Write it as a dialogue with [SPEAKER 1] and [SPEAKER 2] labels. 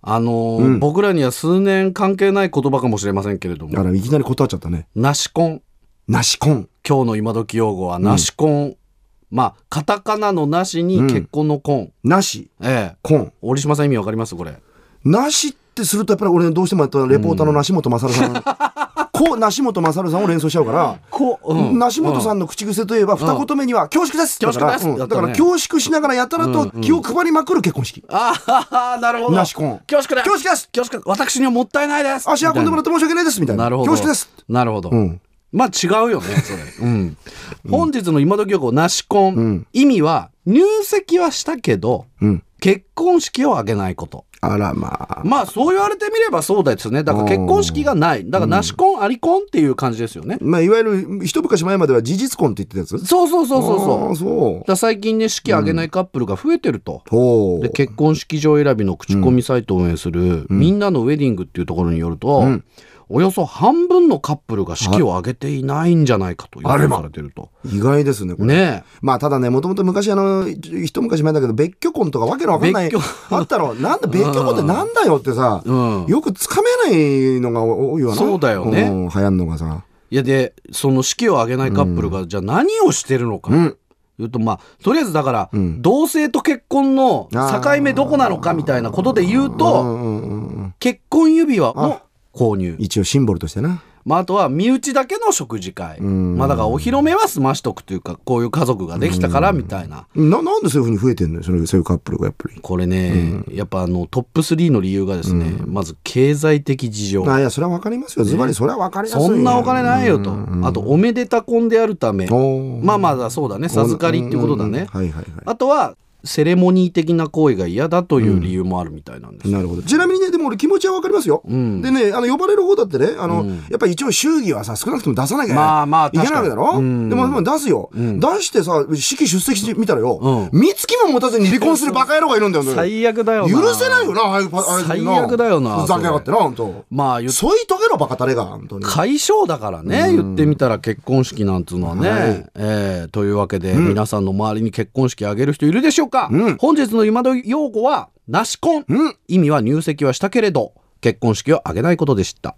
[SPEAKER 1] あのー僕らには数年関係ない言葉かもしれませんけれど
[SPEAKER 2] あ
[SPEAKER 1] も、
[SPEAKER 2] ら、いきなり断っちゃったね。
[SPEAKER 1] ナシコン。
[SPEAKER 2] なし婚。
[SPEAKER 1] 今日の今時用語はナシコン。まあ、カタカナのなしに結婚の婚。
[SPEAKER 2] なし
[SPEAKER 1] ええ。
[SPEAKER 2] 婚。
[SPEAKER 1] 折島さん意味わかりますこれ。
[SPEAKER 2] なしってすると、やっぱり俺どうしてもやっぱレポーターの梨本 勝さん。こう、梨本勝さんを連想しちゃうから。
[SPEAKER 1] こう、
[SPEAKER 2] 梨本さんの口癖といえば二言目には恐縮ですだ
[SPEAKER 1] 恐
[SPEAKER 2] から
[SPEAKER 1] 縮です
[SPEAKER 2] う
[SPEAKER 1] や
[SPEAKER 2] んだ
[SPEAKER 1] った
[SPEAKER 2] か
[SPEAKER 1] ね
[SPEAKER 2] ら恐縮しながらやたらと気を配りまくる結婚式
[SPEAKER 1] ああ、なるほど。
[SPEAKER 2] ナシコン
[SPEAKER 1] 恐縮です。
[SPEAKER 2] 恐縮です
[SPEAKER 1] 恐縮私にはもったいないです。
[SPEAKER 2] 足運んでもらって申し訳ないですみたいな
[SPEAKER 1] なるほど。
[SPEAKER 2] 恐縮です。
[SPEAKER 1] なるほど。
[SPEAKER 2] うん
[SPEAKER 1] まあ違うよね、それ。うん。本日の今時用語、ナシコン。
[SPEAKER 2] ん
[SPEAKER 1] 意味は、入籍はしたけど、
[SPEAKER 2] うん
[SPEAKER 1] 結婚式を挙げないこと。
[SPEAKER 2] あらまあ
[SPEAKER 1] まあそう言われてみればそうですね。だから結婚式がない。だからナシコン、アリコンっていう感じですよね。
[SPEAKER 2] まあいわゆる一昔前までは事実婚って言ってたやつ
[SPEAKER 1] そうそうそうそうそう。
[SPEAKER 2] あー
[SPEAKER 1] だか
[SPEAKER 2] そう
[SPEAKER 1] ら最近ね、式挙げないカップルが増えてると。
[SPEAKER 2] ほう
[SPEAKER 1] で結婚式場選びの口コミサイトを運営する、みんなのウェディングっていうところによると、
[SPEAKER 2] ん
[SPEAKER 1] およそ半分のカップルが式を挙げていないんじゃないかと予想されてると。
[SPEAKER 2] 意外ですねこれ
[SPEAKER 1] ねえ。
[SPEAKER 2] まあただねもともと昔あの一昔前だけど別居婚とかわけのわかんない
[SPEAKER 1] 別
[SPEAKER 2] あったろなんだ別居婚ってなんだよってさ
[SPEAKER 1] うん、
[SPEAKER 2] よくつかめないのが多いわな
[SPEAKER 1] そうだよね
[SPEAKER 2] ん流行んのがさ
[SPEAKER 1] いやでその式を挙げないカップルが、じゃあ何をしてるのか、
[SPEAKER 2] うん
[SPEAKER 1] 言うとまあとりあえずだから、
[SPEAKER 2] ん
[SPEAKER 1] 同性と結婚の境目どこなのかみたいなことで言うと、
[SPEAKER 2] うんうんうんうん
[SPEAKER 1] 結婚指輪も購入
[SPEAKER 2] 一応シンボルとしてな
[SPEAKER 1] まあ、あとは身内だけの食事会、
[SPEAKER 2] ん
[SPEAKER 1] まあ、だからお披露目は済ましとくというかこういう家族ができたからみたいな、
[SPEAKER 2] ななんでそういうふうに増えてんのよそのそういうカップルがやっぱり
[SPEAKER 1] これね、やっぱあのトップ3の理由がですね、まず経済的事情
[SPEAKER 2] あいやそれはわかりますよズバリそれはわかりますよ
[SPEAKER 1] そんなお金ないよと、あとおめでた婚であるため、
[SPEAKER 2] おー
[SPEAKER 1] まあまあそうだね授かりっていうことだね、
[SPEAKER 2] うんはいはいは
[SPEAKER 1] あとはセレモニー的な行為が嫌だという理由もあるみたいなんです、
[SPEAKER 2] いなるほどちなみにねでも俺気持ちはわかりますよ、でねあの呼ばれる方だってねあの、やっぱり一応祝儀はさ少なくとも出さなきゃ
[SPEAKER 1] まあまあ
[SPEAKER 2] いけないわけだろ、
[SPEAKER 1] 確かにうん
[SPEAKER 2] でもでも出すよ、出してさ式出席してみたらよ、
[SPEAKER 1] う
[SPEAKER 2] 三月も持たずに離婚するバカ野郎がいるんだよ
[SPEAKER 1] 最悪だよな
[SPEAKER 2] 許せないよなああいうパああいう
[SPEAKER 1] 最悪だよな
[SPEAKER 2] ふざけやがってな本当
[SPEAKER 1] まあ言っ
[SPEAKER 2] そいとげろバカタレが本当に
[SPEAKER 1] 解消だからね、言ってみたら結婚式なんつうのはね、えーというわけで、皆さんの周りに結婚式あげる人いるでしょうか、本日の今の用語は「なし婚」意味は入籍はしたけれど結婚式をあげないことでした。